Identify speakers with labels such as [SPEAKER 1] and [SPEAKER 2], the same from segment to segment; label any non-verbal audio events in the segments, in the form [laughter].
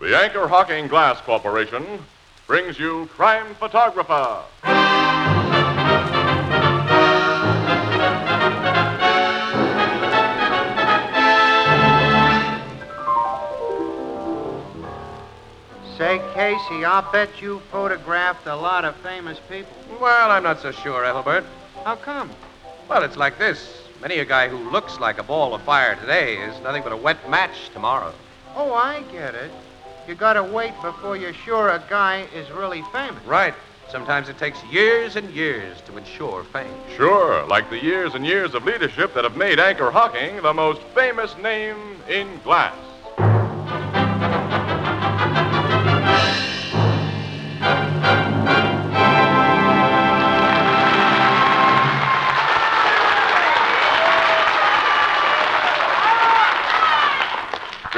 [SPEAKER 1] The Anchor Hawking Glass Corporation brings you Crime Photographer.
[SPEAKER 2] Say, Casey, I'll bet you photographed a lot of famous people.
[SPEAKER 3] Well, I'm not so sure, Ethelbert.
[SPEAKER 2] How come?
[SPEAKER 3] Well, it's like this. Many a guy who looks like a ball of fire today is nothing but a wet match tomorrow.
[SPEAKER 2] Oh, I get it. You gotta wait before you're sure a guy is really famous.
[SPEAKER 3] Right. Sometimes it takes years and years to ensure fame.
[SPEAKER 1] Sure, like the years and years of leadership that have made Anchor Hawking the most famous name in glass.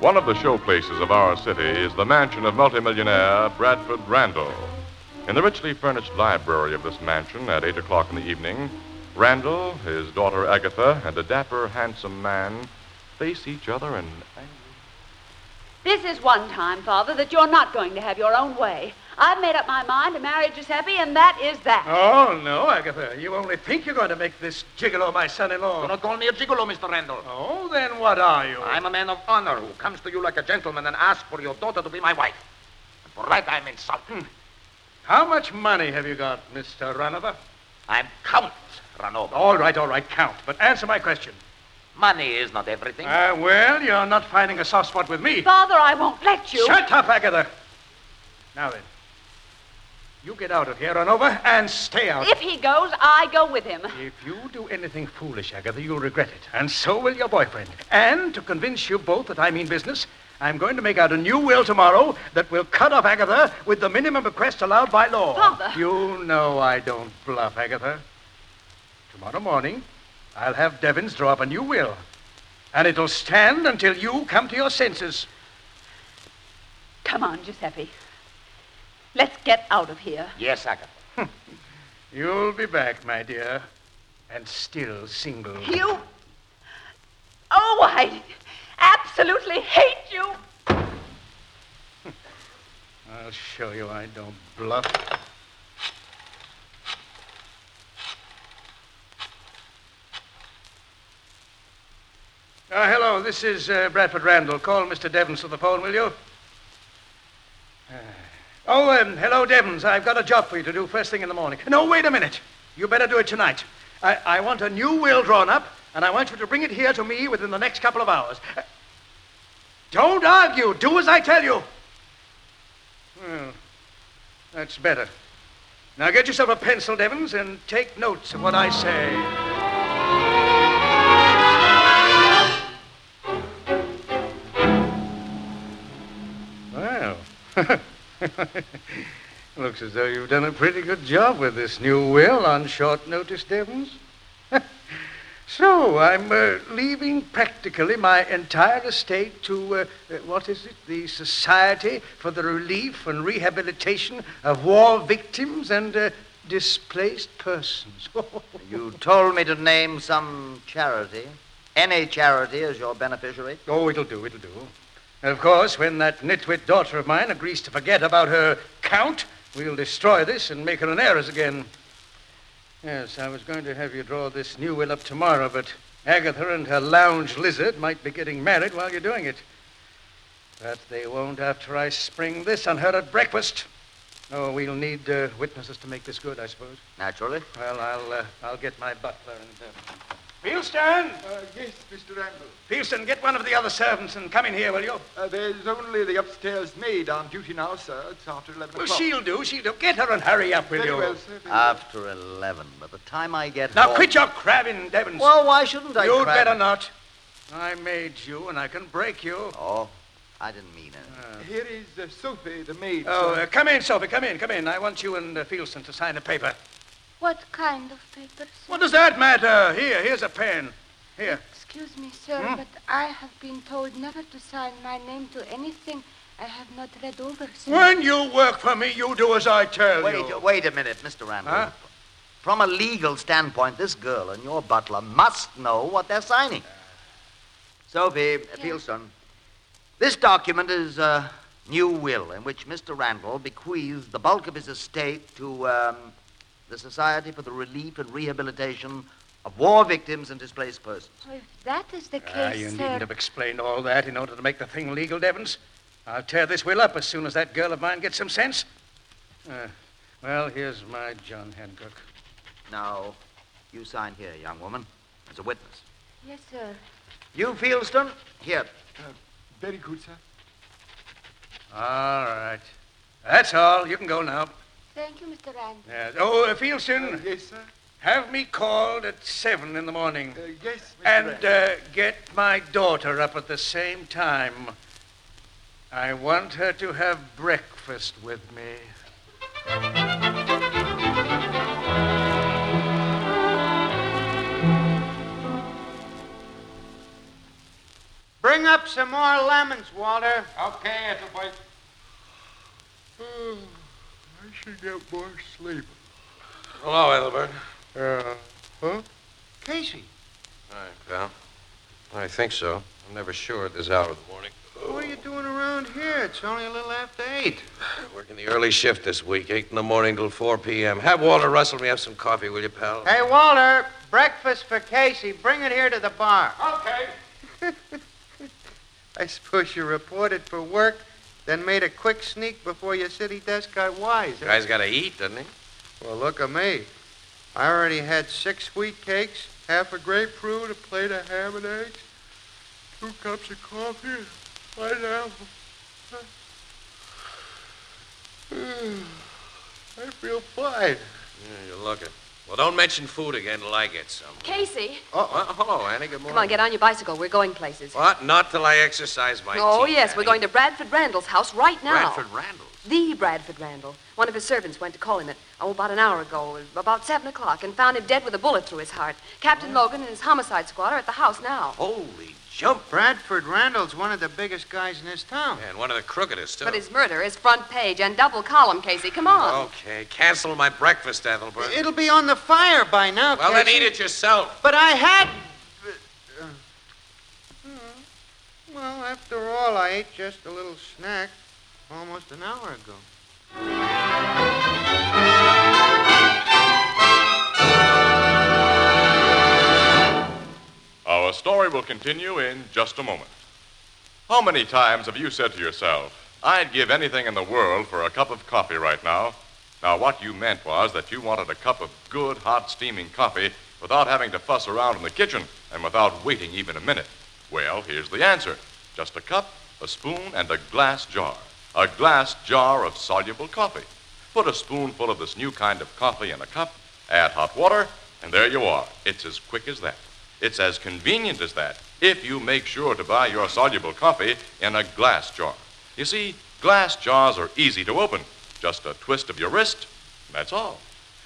[SPEAKER 1] One of the showplaces of our city is the mansion of multimillionaire Bradford Randall. In the richly furnished library of this mansion at 8 o'clock in the evening, Randall, his daughter Agatha, and a dapper, handsome man face each other in angry.
[SPEAKER 4] This is one time, Father, that you're not going to have your own way. I've made up my mind a marriage is happy, and that is that.
[SPEAKER 5] Oh, no, Agatha. You only think you're going to make this gigolo my son in
[SPEAKER 6] Do
[SPEAKER 5] law.
[SPEAKER 6] not call me a gigolo, Mr. Randall.
[SPEAKER 5] Oh, then what are you?
[SPEAKER 6] I'm a man of honor who comes to you like a gentleman and asks for your daughter to be my wife. And for that, I'm insulted.
[SPEAKER 5] How much money have you got, Mr. Runover?
[SPEAKER 6] I'm Count Ranova.
[SPEAKER 5] All right, all right, count. But answer my question.
[SPEAKER 6] Money is not everything.
[SPEAKER 5] Uh, well, you're not finding a soft spot with me.
[SPEAKER 4] Father, I won't let you.
[SPEAKER 5] Shut up, Agatha. Now then. You get out of here, Runover, and stay out.
[SPEAKER 4] If he goes, I go with him.
[SPEAKER 5] If you do anything foolish, Agatha, you'll regret it. And so will your boyfriend. And to convince you both that I mean business, I'm going to make out a new will tomorrow that will cut off Agatha with the minimum bequest allowed by law.
[SPEAKER 4] Father.
[SPEAKER 5] You know I don't bluff, Agatha. Tomorrow morning, I'll have Devins draw up a new will. And it'll stand until you come to your senses.
[SPEAKER 4] Come on, Giuseppe. Let's get out of here.
[SPEAKER 6] Yes, Agatha.
[SPEAKER 5] [laughs] You'll be back, my dear. And still single.
[SPEAKER 4] You. Oh, I absolutely hate you.
[SPEAKER 5] I'll show you I don't bluff. Uh, hello, this is uh, Bradford Randall. Call Mr. Devons to the phone, will you? Uh, oh, um, hello, Devons. I've got a job for you to do first thing in the morning. No, wait a minute. You better do it tonight. I, I want a new will drawn up, and I want you to bring it here to me within the next couple of hours. Uh, don't argue. Do as I tell you. Well, that's better. Now get yourself a pencil, Devons, and take notes of what I say. Well, [laughs] looks as though you've done a pretty good job with this new will on short notice, Devons. so I'm uh, leaving practically my entire estate to uh, uh, what is it? The Society for the Relief and Rehabilitation of War Victims and uh, Displaced Persons. [laughs] Oh,
[SPEAKER 7] You told me to name some charity. Any charity as your beneficiary.
[SPEAKER 5] Oh, it'll do, it'll do. And of course, when that nitwit daughter of mine agrees to forget about her count, we'll destroy this and make her an heiress again. Yes, I was going to have you draw this new will up tomorrow, but Agatha and her lounge lizard might be getting married while you're doing it. But they won't after I spring this on her at breakfast. Oh, we'll need uh, witnesses to make this good, I suppose.
[SPEAKER 7] Naturally.
[SPEAKER 5] Well, I'll uh, I'll get my butler and. Uh... Fieldston!
[SPEAKER 8] Uh, yes, Mr. Randall.
[SPEAKER 5] Fieldston, get one of the other servants and come in here, will you?
[SPEAKER 8] Uh, there's only the upstairs maid on duty now, sir. It's after 11
[SPEAKER 5] Well,
[SPEAKER 8] o'clock.
[SPEAKER 5] she'll do. She'll do. Get her and hurry up, will
[SPEAKER 8] Very
[SPEAKER 5] you?
[SPEAKER 8] well, sir. very
[SPEAKER 5] uh,
[SPEAKER 8] well.
[SPEAKER 7] After 11. By the time I get
[SPEAKER 5] Now,
[SPEAKER 7] home...
[SPEAKER 5] quit your crabbing, Devons.
[SPEAKER 7] Well, why shouldn't I
[SPEAKER 5] You'd
[SPEAKER 7] crab?
[SPEAKER 5] better not. I made you, and I can break you.
[SPEAKER 7] Oh, I didn't mean it.
[SPEAKER 8] Here is uh, Sophie, the maid.
[SPEAKER 5] Oh,
[SPEAKER 8] sir.
[SPEAKER 5] uh, come in, Sophie. Come in. Come in. I want you and uh, Fieldston to sign a paper.
[SPEAKER 9] What kind of papers?
[SPEAKER 5] What does that matter? Here, here's a pen. Here.
[SPEAKER 9] Excuse me, sir,
[SPEAKER 5] Hmm?
[SPEAKER 9] but I have been told never to sign my name to anything I have not read over, sir.
[SPEAKER 5] When you work for me, you do as I tell you.
[SPEAKER 7] Wait, wait a minute, Mr. Randall.
[SPEAKER 5] Huh?
[SPEAKER 7] From a legal standpoint, this girl and your butler must know what they're signing. Sophie Fieldson, this document is a new will in which Mr. Randall bequeaths the bulk of his estate to um, the Society for the Relief and Rehabilitation of War Victims and Displaced Persons.
[SPEAKER 9] Oh, if that is the case,
[SPEAKER 5] Ah, you
[SPEAKER 9] sir.
[SPEAKER 5] needn't have explained all that in order to make the thing legal, Devons. I'll tear this will up as soon as that girl of mine gets some sense. Uh, well, here's my John Hancock.
[SPEAKER 7] Now, you sign here, young woman, as a witness.
[SPEAKER 9] Yes, sir.
[SPEAKER 7] You, Fieldston? Here.
[SPEAKER 8] Uh, Very good, sir.
[SPEAKER 5] All right. That's all. You can go now.
[SPEAKER 9] Thank you, Mr. Rand.
[SPEAKER 5] Yes. Oh, uh,
[SPEAKER 8] Uh,
[SPEAKER 5] Fieldson,
[SPEAKER 8] yes, sir.
[SPEAKER 5] have me called at seven in the morning.
[SPEAKER 8] Uh, yes, Mr.
[SPEAKER 5] And
[SPEAKER 8] Rand.
[SPEAKER 5] uh, get my daughter up at the same time. I want her to have breakfast with me.
[SPEAKER 2] Bring up some more lemons, Walter.
[SPEAKER 5] uh,
[SPEAKER 6] Okay, Ethelbert.
[SPEAKER 8] Oh, I should get more sleep.
[SPEAKER 3] Hello, Ethelbert.
[SPEAKER 2] Casey,
[SPEAKER 3] All right, pal. I think so. I'm never sure at this hour of the morning.
[SPEAKER 2] what are you doing around here? It's only a little after eight.
[SPEAKER 3] Working the early shift this week, 8 in the morning till 4 p.m. Have Walter rustle me up some coffee, will you, pal?
[SPEAKER 2] Hey, Walter, breakfast for Casey. Bring it here to the bar.
[SPEAKER 6] Okay.
[SPEAKER 2] [laughs] I suppose you reported for work, then made a quick sneak before your city desk got wise. huh?
[SPEAKER 3] Guy's got to eat, doesn't he?
[SPEAKER 2] Well, look at me. I already had six wheat cakes, half a grapefruit, a plate of ham and eggs, two cups of coffee, right now. I feel fine.
[SPEAKER 3] Yeah, you're looking. Well, don't mention food again till I get some.
[SPEAKER 10] Casey,
[SPEAKER 3] Oh, well, hello, Annie. Good morning.
[SPEAKER 10] come on, get on your bicycle. We're going places.
[SPEAKER 3] What? Not till I exercise my
[SPEAKER 10] oh,
[SPEAKER 3] teeth,
[SPEAKER 10] yes,
[SPEAKER 3] Annie.
[SPEAKER 10] we're going to Bradford Randall's house right now.
[SPEAKER 3] Bradford Randall's.
[SPEAKER 10] The Bradford Randall. One of his servants went to call him at, oh, about an hour ago, about 7 o'clock, and found him dead with a bullet through his heart. Captain Logan and his homicide squad are at the house now.
[SPEAKER 3] Holy jump.
[SPEAKER 2] Bradford Randall's one of the biggest guys in this town.
[SPEAKER 3] And one of the crookedest, too.
[SPEAKER 10] But his murder is front page and double column, Casey. Come on.
[SPEAKER 3] Okay, cancel my breakfast, Ethelbert.
[SPEAKER 2] It'll be on the fire by now.
[SPEAKER 3] well, then
[SPEAKER 2] Casey.
[SPEAKER 3] eat it yourself.
[SPEAKER 2] But I had. Uh, hmm, well, after all, I ate just a little snack almost an hour ago.
[SPEAKER 1] Our story will continue in just a moment. How many times have you said to yourself, I'd give anything in the world for a cup of coffee right now? Now, what you meant was that you wanted a cup of good, hot, steaming coffee without having to fuss around in the kitchen and without waiting even a minute. Well, here's the answer just a cup, a spoon, and a glass jar. A glass jar of soluble coffee. Put a spoonful of this new kind of coffee in a cup, add hot water, and there you are. It's as quick as that. It's as convenient as that if you make sure to buy your soluble coffee in a glass jar. You see, glass jars are easy to open. Just a twist of your wrist, and that's all.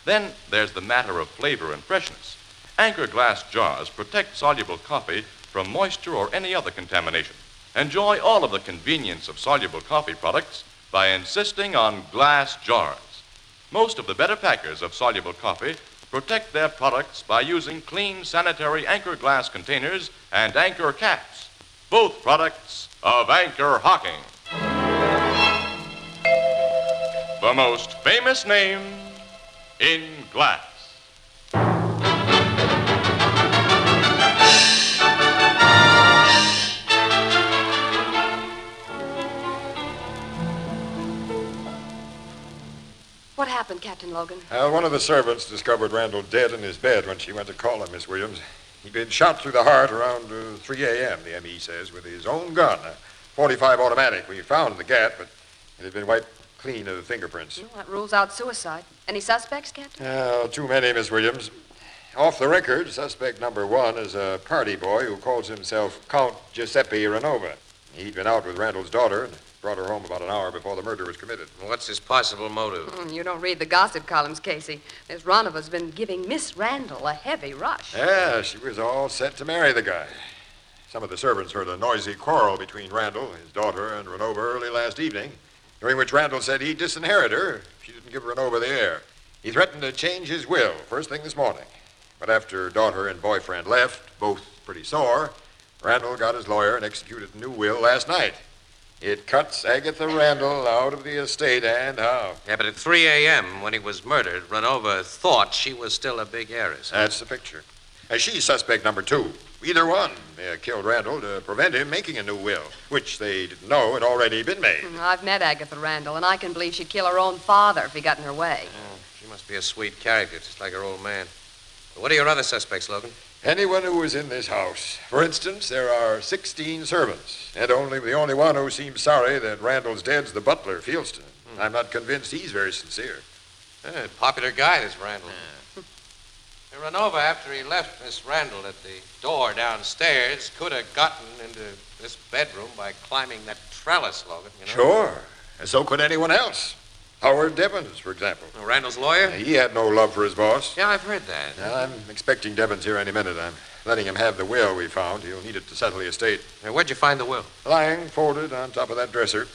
[SPEAKER 1] Then there's the matter of flavor and freshness. Anchor glass jars protect soluble coffee from moisture or any other contamination. Enjoy all of the convenience of soluble coffee products by insisting on glass jars. Most of the better packers of soluble coffee protect their products by using clean, sanitary anchor glass containers and anchor caps, both products of Anchor Hocking. The most famous name in glass.
[SPEAKER 10] What happened, Captain Logan?
[SPEAKER 11] Uh, one of the servants discovered Randall dead in his bed when she went to call him, Miss Williams. He'd been shot through the heart around uh, 3 a.m., the ME says, with his own gun, a 45 automatic. We found the gat, but it had been wiped clean of fingerprints.
[SPEAKER 10] Well, that rules out suicide. Any suspects, Captain?
[SPEAKER 11] Uh, too many, Miss Williams. Off the record, suspect number one is a party boy who calls himself Count Giuseppe Renova. He'd been out with Randall's daughter and brought her home about an hour before the murder was committed.
[SPEAKER 12] What's his possible motive?
[SPEAKER 10] Hmm, You don't read the gossip columns, Casey. Miss Ronova's been giving Miss Randall a heavy rush.
[SPEAKER 11] Yeah, she was all set to marry the guy. Some of the servants heard a noisy quarrel between Randall, his daughter, and Renova early last evening, during which Randall said he'd disinherit her if she didn't give Renova the heir. He threatened to change his will first thing this morning. But after daughter and boyfriend left, both pretty sore, Randall got his lawyer and executed a new will last night. It cuts Agatha Randall out of the estate and how.
[SPEAKER 12] Yeah, but at 3 a.m., when he was murdered, Renova thought she was still a big heiress.
[SPEAKER 11] That's the picture. Uh, she's suspect number two. Either one uh, killed Randall to prevent him making a new will, which they didn't know had already been made.
[SPEAKER 10] Hmm, I've met Agatha Randall, and I can believe she'd kill her own father if he got in her way.
[SPEAKER 12] She must be a sweet character, just like her old man. What are your other suspects, Logan?
[SPEAKER 11] Anyone who was in this house. For instance, there are 16 servants, and only the only one who seems sorry that Randall's dead's the butler, Fielston. I'm not convinced he's very sincere.
[SPEAKER 12] Eh, popular guy, this Randall. Uh, Renova, after he left Miss Randall at the door downstairs, could have gotten into this bedroom by climbing that trellis, Logan. You know?
[SPEAKER 11] Sure. And so could anyone else. Howard Devons, for example.
[SPEAKER 12] Randall's lawyer?
[SPEAKER 11] He had no love for his boss.
[SPEAKER 12] Yeah, I've heard that.
[SPEAKER 11] Well, I'm expecting Devons here any minute. I'm letting him have the will we found. He'll need it to settle the estate.
[SPEAKER 12] where'd you find the will?
[SPEAKER 11] Lying folded on top of that dresser.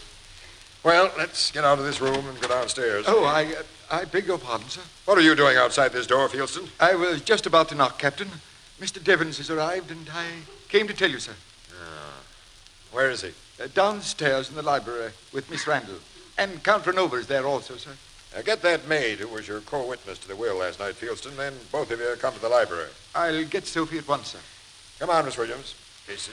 [SPEAKER 11] Well, let's get out of this room and go downstairs.
[SPEAKER 8] Oh, I, uh, I beg your pardon, sir.
[SPEAKER 11] What are you doing outside this door, Fieldston?
[SPEAKER 8] I was just about to knock, Captain. Mr. Devons has arrived, and I came to tell you, sir.
[SPEAKER 11] Where is he?
[SPEAKER 8] Uh, downstairs in the library with Miss Randall. And Count Renova is there also, sir.
[SPEAKER 11] Now get that maid who was your co-witness to the will last night, Fieldston. Then both of you come to the library.
[SPEAKER 8] I'll get Sophie at once, sir.
[SPEAKER 11] Come on, Miss Williams. Casey.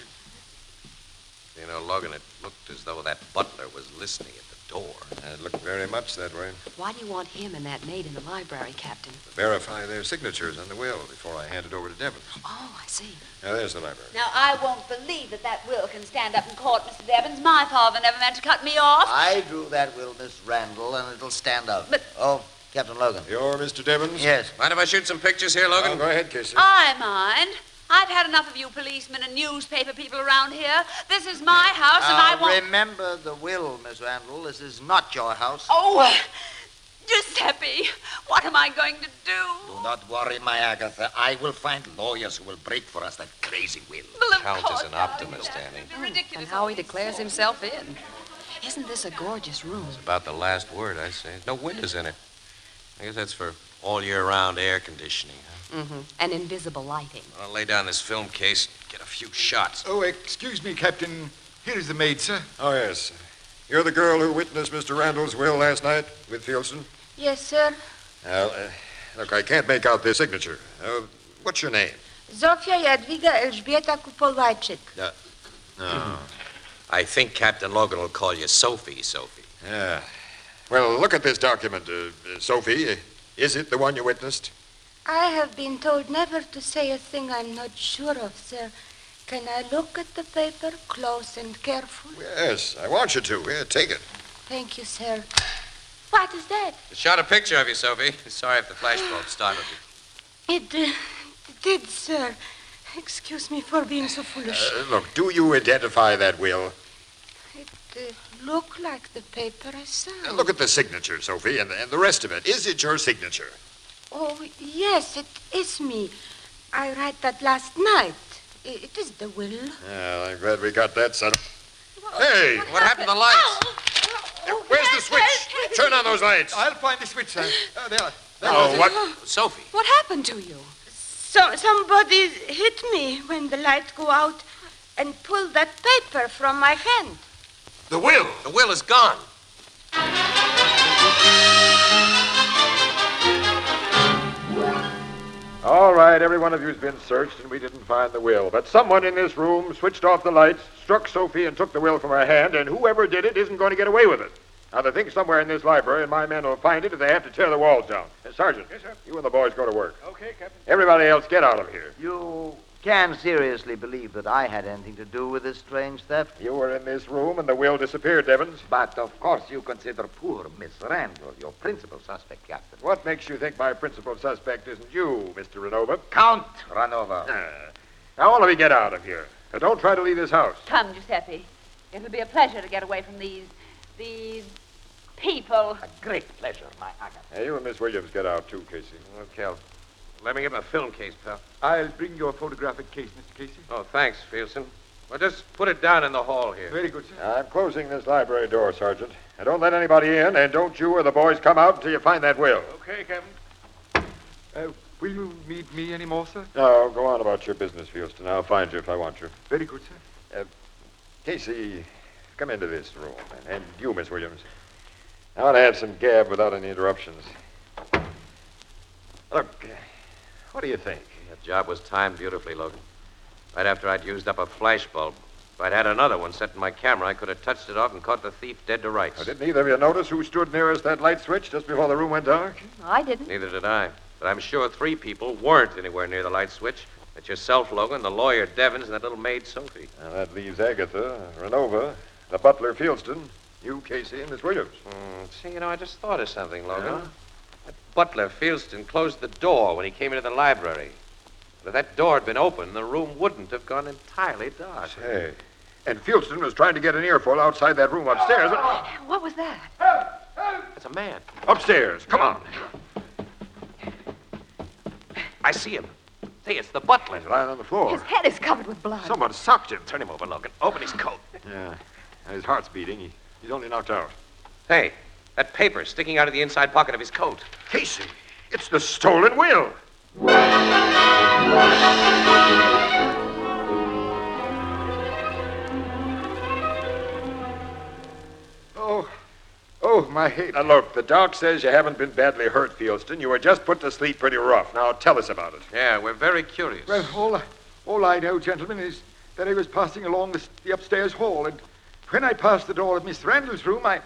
[SPEAKER 12] You know, Logan, it looked as though that butler was listening at the door.
[SPEAKER 11] It looked very much that way.
[SPEAKER 10] Why do you want him and that maid in the library, Captain?
[SPEAKER 11] Verify their signatures on the will before I hand it over to Devons.
[SPEAKER 10] Oh, I see.
[SPEAKER 11] Now, there's the library.
[SPEAKER 4] Now, I won't believe that that will can stand up in court, Mr. Devons. My father never meant to cut me off.
[SPEAKER 7] I drew that will, Miss Randall, and it'll stand up. But... Oh, Captain Logan.
[SPEAKER 11] You're Mr. Devons?
[SPEAKER 7] Yes.
[SPEAKER 12] Mind if I shoot some pictures here, Logan?
[SPEAKER 11] Oh, go ahead, Casey.
[SPEAKER 4] I mind. I've had enough of you policemen and newspaper people around here. This is my house,
[SPEAKER 5] Uh,
[SPEAKER 4] and I
[SPEAKER 7] Now,
[SPEAKER 4] won't.
[SPEAKER 7] Remember the will, Miss Randall. This is not your house.
[SPEAKER 4] Oh, Giuseppe, what am I going to do?
[SPEAKER 13] Do not worry, my Agatha. I will find lawyers who will break for us that crazy will.
[SPEAKER 4] Well, of
[SPEAKER 12] Count is an optimist, Annie.
[SPEAKER 10] And how he declares himself in. Isn't this a gorgeous room?
[SPEAKER 12] About the last word, I say. No windows in it. I guess that's for all year round air conditioning.
[SPEAKER 10] Mm-hmm. And invisible lighting.
[SPEAKER 12] I'll lay down this film case and get a few shots.
[SPEAKER 8] Oh, excuse me, Captain. Here is the maid, sir.
[SPEAKER 11] Oh, yes. You're the girl who witnessed Mr. Randall's will last night with Fieldston?
[SPEAKER 9] Yes, sir.
[SPEAKER 11] Now, uh, look, I can't make out their signature. Uh, what's your name?
[SPEAKER 9] Zofia Jadwiga Elżbieta Kupowajczyk.
[SPEAKER 11] Oh.
[SPEAKER 12] I think Captain Logan will call you Sophie, Sophie.
[SPEAKER 11] Yeah. Well, look at this document, uh, uh, Sophie. Is it the one you witnessed?
[SPEAKER 9] I have been told never to say a thing I'm not sure of, sir. Can I look at the paper close and careful?
[SPEAKER 11] Yes, I want you to. Here, take it.
[SPEAKER 9] Thank you, sir. What is that?
[SPEAKER 12] Shot a picture of you, Sophie. Sorry if the flashbulb startled you.
[SPEAKER 9] It uh, did, sir. Excuse me for being so foolish.
[SPEAKER 11] Uh, look, do you identify that will?
[SPEAKER 9] It looked like the paper I saw.
[SPEAKER 11] Now, Uh, look at the signature, Sophie, and, and the rest of it. Is it your signature?
[SPEAKER 9] Oh, yes, it is me. I write that last night. I- It is the will.
[SPEAKER 11] Well, I'm glad we got that settled. Hey!
[SPEAKER 12] What happened to the lights?
[SPEAKER 9] Oh,
[SPEAKER 11] Where's the switch? Turn on those lights.
[SPEAKER 8] I'll find the switch,
[SPEAKER 11] [gasps]
[SPEAKER 8] sir.
[SPEAKER 14] Ah,
[SPEAKER 8] Uh, there.
[SPEAKER 11] Oh, what?
[SPEAKER 12] Sophie.
[SPEAKER 9] What happened to you? So somebody hit me when the light go out and pulled that paper from my hand.
[SPEAKER 12] The will. The will is gone.
[SPEAKER 11] All right, every one of you's been searched, and we didn't find the will. But someone in this room switched off the lights, struck Sophie, and took the will from her hand, and whoever did it isn't going to get away with it. Now, the thing's somewhere in this library, and my men will find it if they have to tear the walls down. Uh, Sergeant, yes, sir. you and the boys go to work.
[SPEAKER 5] Okay, Captain.
[SPEAKER 11] Everybody else, get out of here.
[SPEAKER 7] You can seriously believe that I had anything to do with this strange theft?
[SPEAKER 11] You were in this room, and the will disappeared, Devons.
[SPEAKER 13] But of course you consider poor Miss Randall your principal suspect, Captain.
[SPEAKER 11] What makes you think my principal suspect isn't you, Ah. Mr. Renova?
[SPEAKER 13] Count Ranova.
[SPEAKER 11] now, all of you get out of here. Now, don't try to leave this house.
[SPEAKER 4] Come, Giuseppe. It'll be a pleasure to get away from these, these people. A great pleasure, my Agatha.
[SPEAKER 11] Hey, you and Miss Williams get out too, Casey.
[SPEAKER 3] Okay. Let me get my film case, pal.
[SPEAKER 14] I'll bring your photographic case, Mr. Casey.
[SPEAKER 3] Oh, thanks, Fielson. Well, just put it down in the hall here.
[SPEAKER 14] Very good,
[SPEAKER 11] I'm closing this library door, Sergeant. And don't let anybody in, and don't you or the boys come out until you find that will.
[SPEAKER 14] Okay, Captain. Uh, will you need me any more, sir?
[SPEAKER 11] Now, go on about your business, Fieldston. I'll find you if I want you.
[SPEAKER 14] Very good, sir.
[SPEAKER 11] Casey, come into this room. And, and you, Miss Williams. I want to have some gab without any interruptions. Look, what do you think?
[SPEAKER 3] That job was timed beautifully, Logan. Right after I'd used up a flash bulb. If I'd had another one set in my camera, I could have touched it off and caught the thief dead to rights.
[SPEAKER 11] Now, didn't either of you notice who stood nearest that light switch just before the room went dark?
[SPEAKER 4] I didn't.
[SPEAKER 3] Neither did I. But I'm sure three people weren't anywhere near the light switch. It's yourself, Logan, the lawyer Devins, and that little maid Sophie.
[SPEAKER 11] Now, that leaves Agatha, Renova, the butler Fieldston, you, Casey, and Miss Williams.
[SPEAKER 3] see, you know, I just thought of something, Logan. That butler Fieldston closed the door when he came into the library. But if that door had been open, the room wouldn't have gone entirely dark.
[SPEAKER 11] Hey. And Fieldston was trying to get an earful outside that room upstairs.
[SPEAKER 4] What was that?
[SPEAKER 3] It's a man.
[SPEAKER 11] Upstairs. Come on.
[SPEAKER 3] I see him. See, it's the butler. He's
[SPEAKER 11] lying on the floor.
[SPEAKER 4] His head is covered with blood.
[SPEAKER 11] Someone socked him.
[SPEAKER 3] Turn him over, Logan. Open his coat.
[SPEAKER 11] Yeah. And his heart's beating. He, he's only knocked out.
[SPEAKER 3] Hey, that paper sticking out of the inside pocket of his coat.
[SPEAKER 11] Casey, it's the stolen will. Oh, oh, my hate. Now, look, the doc says you haven't been badly hurt, Fieldston. You were just put to sleep pretty rough. Now, tell us about it.
[SPEAKER 3] Yeah, we're very curious.
[SPEAKER 14] Well, all, I- all I know, gentlemen, is that I was passing along the, the upstairs hall, and when I passed the door of Miss Randall's room, I,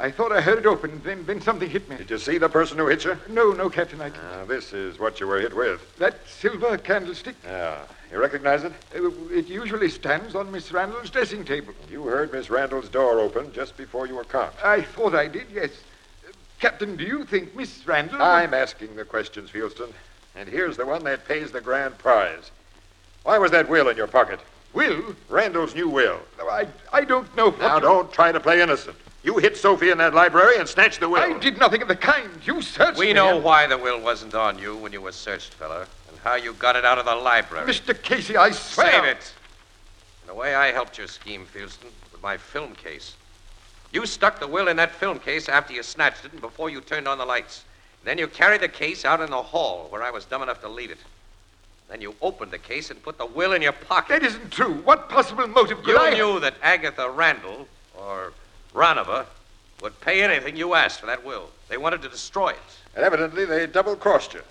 [SPEAKER 14] I thought I heard it open, and then, then something hit me.
[SPEAKER 11] Did you see the person who hit you?
[SPEAKER 14] No, no, Captain, I,
[SPEAKER 11] Now, this is what you were hit with.
[SPEAKER 14] that silver candlestick,
[SPEAKER 11] Yeah. You recognize it?
[SPEAKER 14] uh, it usually stands on Miss Randall's dressing table.
[SPEAKER 11] You heard Miss Randall's door open just before you were caught.
[SPEAKER 14] I thought I did, yes. Uh, Captain, do you think Miss Randall... would-
[SPEAKER 11] I'm asking the questions, Fieldston. And here's the one that pays the grand prize. Why was that will in your pocket?
[SPEAKER 14] Will?
[SPEAKER 11] Randall's new will.
[SPEAKER 14] No, I, I don't know what
[SPEAKER 11] Now,
[SPEAKER 14] you-
[SPEAKER 11] don't try to play innocent. You hit Sophie in that library and snatched the will.
[SPEAKER 14] I did nothing of the kind. You searched
[SPEAKER 3] We
[SPEAKER 14] me.
[SPEAKER 3] know why the will wasn't on you when you were searched, fella, and how you got it out of the library.
[SPEAKER 14] Mr. Casey, I swear...
[SPEAKER 3] Save it. In a way, I helped your scheme, Fieldston, with my film case. You stuck the will in that film case after you snatched it and before you turned on the lights. Then you carried the case out in the hall where I was dumb enough to leave it. Then you opened the case and put the will in your
[SPEAKER 14] That
[SPEAKER 3] pocket.
[SPEAKER 14] isn't true. What possible motive could
[SPEAKER 3] You
[SPEAKER 14] I...
[SPEAKER 3] knew that Agatha Randall, or Ranova, would pay anything you asked for that will. They wanted to destroy it.
[SPEAKER 11] And evidently, they double crossed you.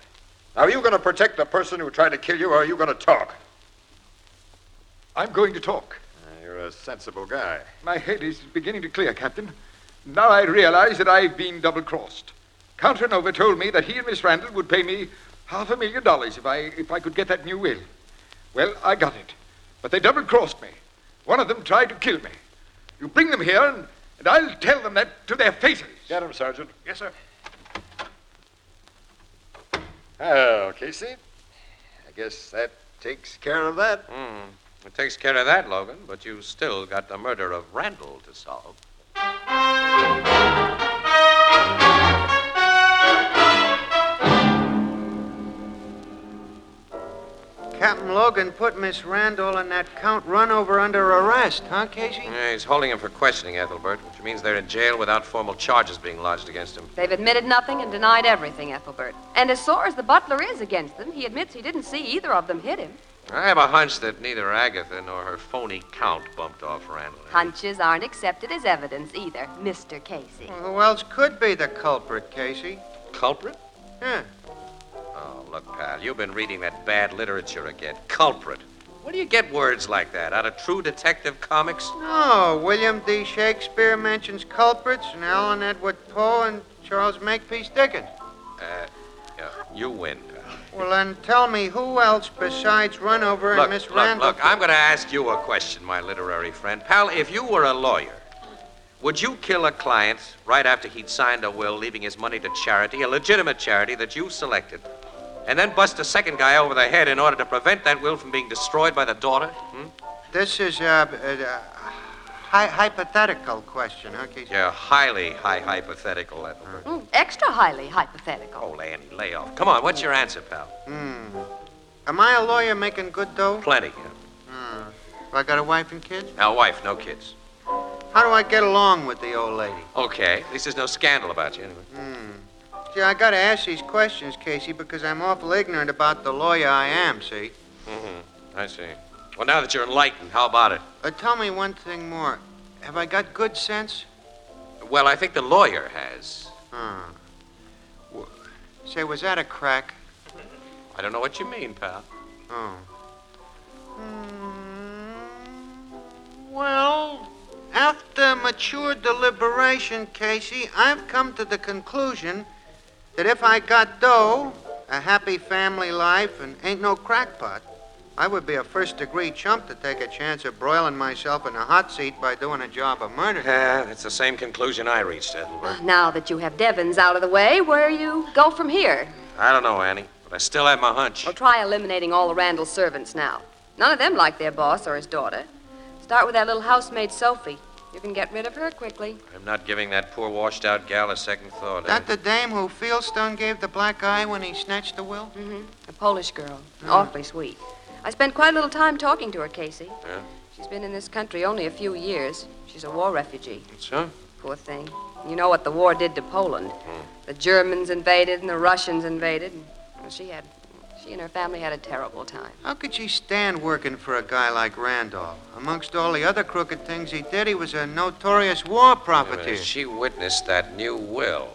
[SPEAKER 11] Now, are you going to protect the person who tried to kill you, or are you going to talk?
[SPEAKER 14] I'm going to talk.
[SPEAKER 11] You're a sensible guy.
[SPEAKER 14] My head is beginning to clear, Captain. Now I realize that I've been double crossed. Count Renova told me that he and Miss Randall would pay me half a million dollars if I, if I could get that new will. Well, I got it. But they double crossed me. One of them tried to kill me. You bring them here, and, and I'll tell them that to their faces.
[SPEAKER 11] Get him, Sergeant.
[SPEAKER 14] Yes, sir.
[SPEAKER 11] Well, Casey, I guess that takes care of that.
[SPEAKER 3] Hmm. It takes care of that, Logan, but you've still got the murder of Randall to solve.
[SPEAKER 15] Captain Logan put Miss Randall and that Count Runover under arrest, huh, Casey?
[SPEAKER 3] Yeah, he's holding him for questioning, Ethelbert, which means they're in jail without formal charges being lodged against him.
[SPEAKER 10] They've admitted nothing and denied everything, Ethelbert. And as sore as the butler is against them, he admits he didn't see either of them hit him.
[SPEAKER 3] I have a hunch that neither Agatha nor her phony count bumped off Randall.
[SPEAKER 10] Hunches aren't accepted as evidence either, Mr. Casey.
[SPEAKER 15] Who else could be the culprit, Casey?
[SPEAKER 3] Culprit?
[SPEAKER 15] Yeah.
[SPEAKER 3] Oh, look, pal, you've been reading that bad literature again. Culprit. Where do you get words like that? Out of true detective comics?
[SPEAKER 15] No, Oh, William D. Shakespeare mentions culprits and Allen Edward Poe and Charles Makepeace Dickens.
[SPEAKER 3] Uh, yeah, you win, pal.
[SPEAKER 15] Well, then tell me who else besides Runover
[SPEAKER 3] look,
[SPEAKER 15] and Miss
[SPEAKER 3] look,
[SPEAKER 15] Randall?
[SPEAKER 3] look, I'm going to ask you a question, my literary friend. Pal, if you were a lawyer, would you kill a client right after he'd signed a will, leaving his money to charity, a legitimate charity that you selected, and then bust a second guy over the head in order to prevent that will from being destroyed by the daughter?
[SPEAKER 15] This is, uh, uh, Hy- hypothetical question, huh, Casey?
[SPEAKER 3] Yeah, highly, high hypothetical. That word.
[SPEAKER 10] Mm, extra highly hypothetical.
[SPEAKER 3] Oh, Andy, lay off. Come on, what's your answer, pal?
[SPEAKER 15] Hmm. Am I a lawyer making good dough?
[SPEAKER 3] Plenty. yeah.
[SPEAKER 15] Hmm. Have I got a wife and kids?
[SPEAKER 3] Now, wife, no kids.
[SPEAKER 15] How do I get along with the old lady?
[SPEAKER 3] Okay, at least there's no scandal about you anyway.
[SPEAKER 15] Hmm. See, I gotta ask these questions, Casey, because I'm awful ignorant about the lawyer I am, see?
[SPEAKER 3] Mm-hmm. I see. Well, now that you're enlightened, how about it?
[SPEAKER 15] Uh, tell me one thing more. Have I got good sense?
[SPEAKER 3] Well, I think the lawyer has.
[SPEAKER 15] Hmm. W- Say, was that a crack?
[SPEAKER 3] I don't know what you mean, pal.
[SPEAKER 15] Oh. Well, after mature deliberation, Casey, I've come to the conclusion that if I got dough, a happy family life, and ain't no crackpot, I would be a first degree chump to take a chance of broiling myself in a hot seat by doing a job of murder.
[SPEAKER 3] Yeah, that's the same conclusion I reached, Ethelbert.
[SPEAKER 10] Now that you have Devons out of the way, where you go from here?
[SPEAKER 3] I don't know, Annie, but I still have my hunch.
[SPEAKER 10] Well, try eliminating all the Randall servants now. None of them like their boss or his daughter. Start with that little housemaid, Sophie. You can get rid of her quickly.
[SPEAKER 3] I'm not giving that poor washed out gal a second thought.
[SPEAKER 15] That the dame who Fieldstone gave the black eye when he snatched the will?
[SPEAKER 10] Mm-hmm. A Polish girl. Awfully sweet. I spent quite a little time talking to her, Casey.
[SPEAKER 3] eh? Yeah?
[SPEAKER 10] She's been in this country only a few years. She's a war refugee.
[SPEAKER 3] So?
[SPEAKER 10] Poor thing. You know what the war did to Poland. The Germans invaded and the Russians invaded. And well, she had, she and her family had a terrible time.
[SPEAKER 15] How could she stand working for a guy like Randolph? Amongst all the other crooked things he did, he was a notorious war
[SPEAKER 3] But
[SPEAKER 15] profiteer.
[SPEAKER 3] She witnessed that new will.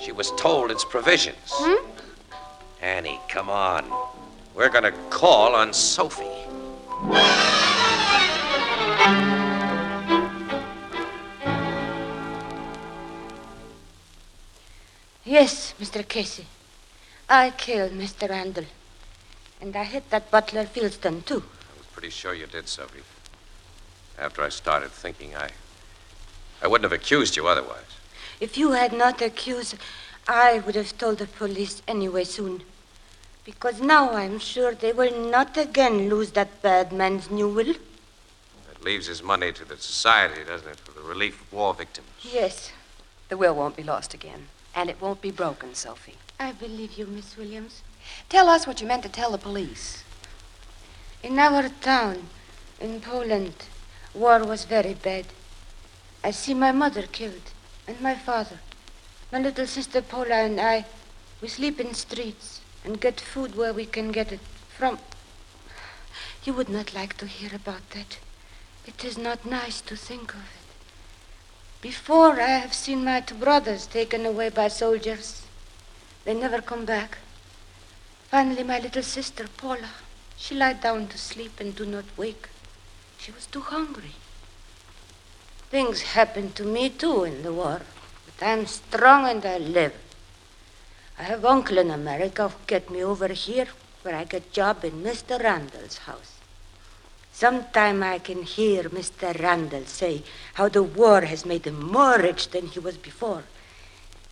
[SPEAKER 3] She was told its provisions.
[SPEAKER 10] Hmm?
[SPEAKER 3] Annie, come on. We're going to call on Sophie.
[SPEAKER 9] Yes, Mr. Casey. I killed Mr. Randall. And I hit that butler Fieldston, too.
[SPEAKER 3] Pretty sure you did, Sophie. After I started thinking, I. I wouldn't have accused you otherwise.
[SPEAKER 9] If you had not accused, I would have told the police anyway soon. Because now I'm sure they will not again lose that bad man's new will.
[SPEAKER 3] That leaves his money to the society, doesn't it, for the relief of war victims?
[SPEAKER 9] Yes.
[SPEAKER 10] The will won't be lost again. And it won't be broken, Sophie.
[SPEAKER 9] I believe you, Miss Williams.
[SPEAKER 10] Tell us what you meant to tell the police.
[SPEAKER 9] In our town, in Poland, war was very bad. I see my mother killed, and my father. My little sister Paula and I, we sleep in streets and get food where we can get it from. You would not like to hear about that. It is not nice to think of it. Before, I have seen my two brothers taken away by soldiers. They never come back. Finally, my little sister, Paula, she lied down to sleep and do not wake. She was too hungry. Things happened to me too in the war, but I'm strong and I live. I have uncle in America who get me over here where I get job in Mr. Randall's house. Sometime I can hear Mr. Randall say how the war has made him more rich than he was before.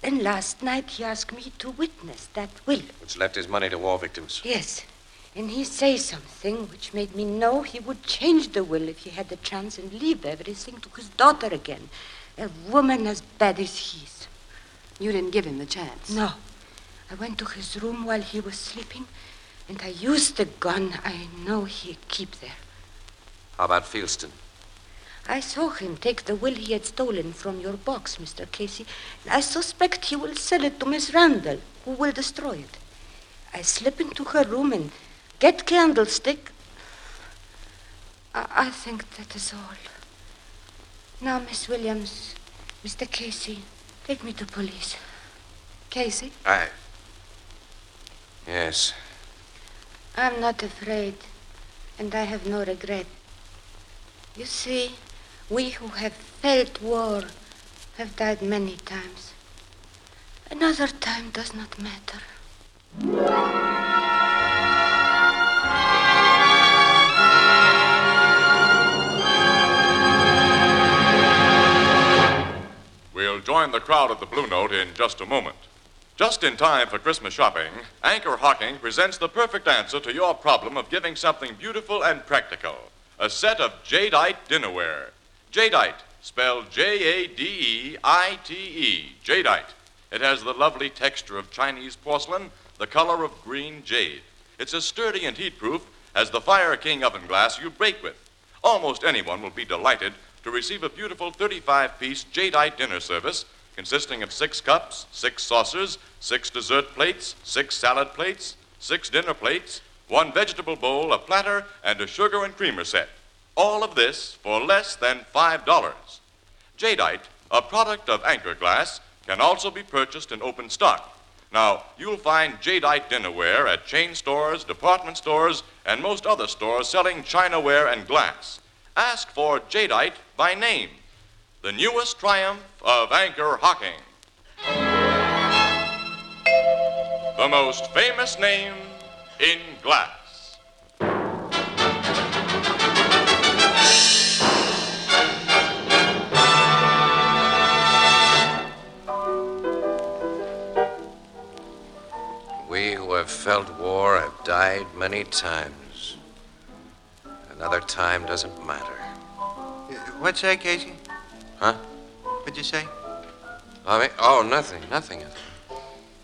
[SPEAKER 9] Then last night he asked me to witness that will.
[SPEAKER 3] Which left his money to war victims.
[SPEAKER 9] Yes. And he say something which made me know he would change the will if he had the chance and leave everything to his daughter again. A woman as bad as he is.
[SPEAKER 10] You didn't give him the chance.
[SPEAKER 9] No. I went to his room while he was sleeping, and I used the gun I know he keep there.
[SPEAKER 3] How about Fieldston?
[SPEAKER 9] I saw him take the will he had stolen from your box, Mr. Casey, and I suspect he will sell it to Miss Randall, who will destroy it. I slip into her room and get candlestick. I, I think that is all. Now, Miss Williams, Mr. Casey, take me to police.
[SPEAKER 10] Casey?
[SPEAKER 3] I. Yes.
[SPEAKER 9] I'm not afraid, and I have no regret. You see, we who have felt war have died many times. Another time does not matter.
[SPEAKER 1] We'll join the crowd at the Blue Note in just a moment. Just in time for Christmas shopping, Anchor Hawking presents the perfect answer to your problem of giving something beautiful and practical a set of jadeite dinnerware. Jadeite, spelled J A D E I T E, jadeite. It has the lovely texture of Chinese porcelain, the color of green jade. It's as sturdy and heat proof as the Fire King oven glass you bake with. Almost anyone will be delighted to receive a beautiful 35 piece jadeite dinner service consisting of six cups, six saucers, six dessert plates, six salad plates, six dinner plates, one vegetable bowl, a platter, and a sugar and creamer set. All of this for less than $5. Jadeite, a product of Anchor Glass, can also be purchased in open stock. Now, you'll find jadeite dinnerware at chain stores, department stores, and most other stores selling chinaware and glass. Ask for jadeite by name. The newest triumph of anchor hocking. The most famous name in glass.
[SPEAKER 3] We who have felt war have died many times. Another time doesn't matter.
[SPEAKER 15] What's that, Uh, Casey?
[SPEAKER 3] Huh?
[SPEAKER 15] What'd you say?
[SPEAKER 3] I mean, oh, nothing, nothing.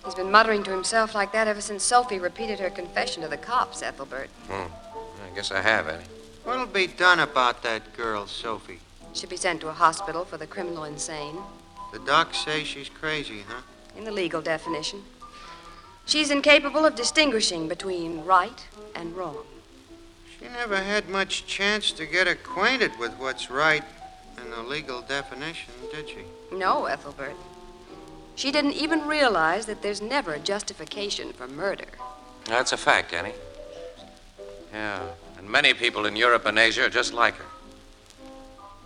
[SPEAKER 10] He's been muttering to himself like that ever since Sophie repeated her confession to the cops, Ethelbert.
[SPEAKER 3] Hmm. I guess I have, Annie.
[SPEAKER 15] What'll be done about that girl, Sophie?
[SPEAKER 10] Should be sent to a hospital for the criminal insane,
[SPEAKER 15] The docs say she's crazy, huh?
[SPEAKER 10] in the legal definition. She's incapable of distinguishing between right and wrong.
[SPEAKER 15] She never had much chance to get acquainted with what's right in the legal definition, did she?
[SPEAKER 10] No, Ethelbert. She didn't even realize that there's never a justification for murder.
[SPEAKER 3] That's a fact, Annie. Yeah, and many people in Europe and Asia are just like her.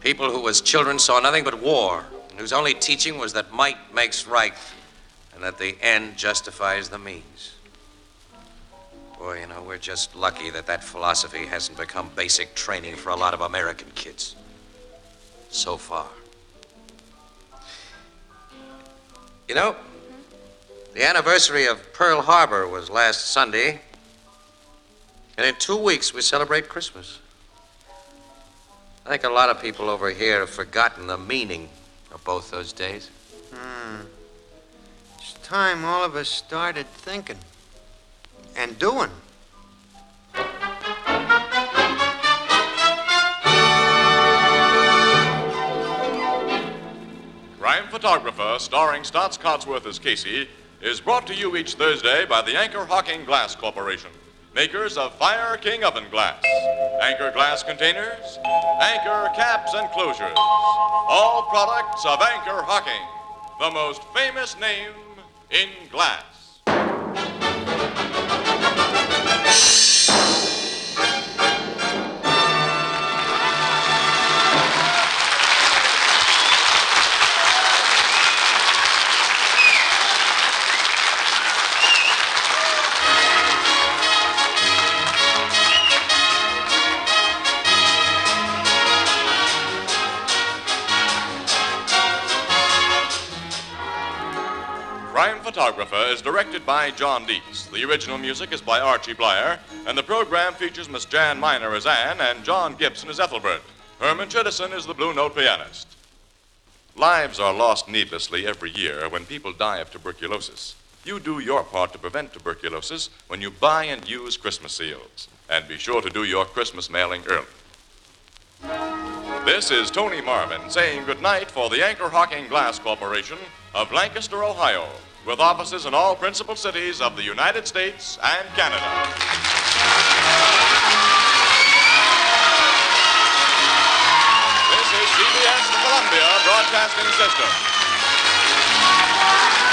[SPEAKER 3] People who, as children, saw nothing but war, and whose only teaching was that might makes right, and that the end justifies the means. Boy, you know, we're just lucky that that philosophy hasn't become basic training for a lot of American kids. So far. You know, the anniversary of Pearl Harbor was last Sunday, and in two weeks we celebrate Christmas. I think a lot of people over here have forgotten the meaning of both those days.
[SPEAKER 15] Hmm. It's time all of us started thinking and doing.
[SPEAKER 1] Crime Photographer, starring Stotts Cotsworth as Casey, is brought to you each Thursday by the Anchor Hawking Glass Corporation, makers of Fire King Oven Glass, Anchor Glass Containers, Anchor Caps and Closures. All products of Anchor Hawking, the most famous name in glass. Crime Photographer is directed by John Deese. The original music is by Archie Blyer, and the program features Miss Jan Miner as Anne and John Gibson as Ethelbert. Herman Chittison is the Blue Note pianist. Lives are lost needlessly every year when people die of tuberculosis. You do your part to prevent tuberculosis when you buy and use Christmas seals. And be sure to do your Christmas mailing early. This is Tony Marvin saying goodnight for the Anchor Hawking Glass Corporation of Lancaster, Ohio, with offices in all principal cities of the United States and Canada. This is CBS Columbia Broadcasting System.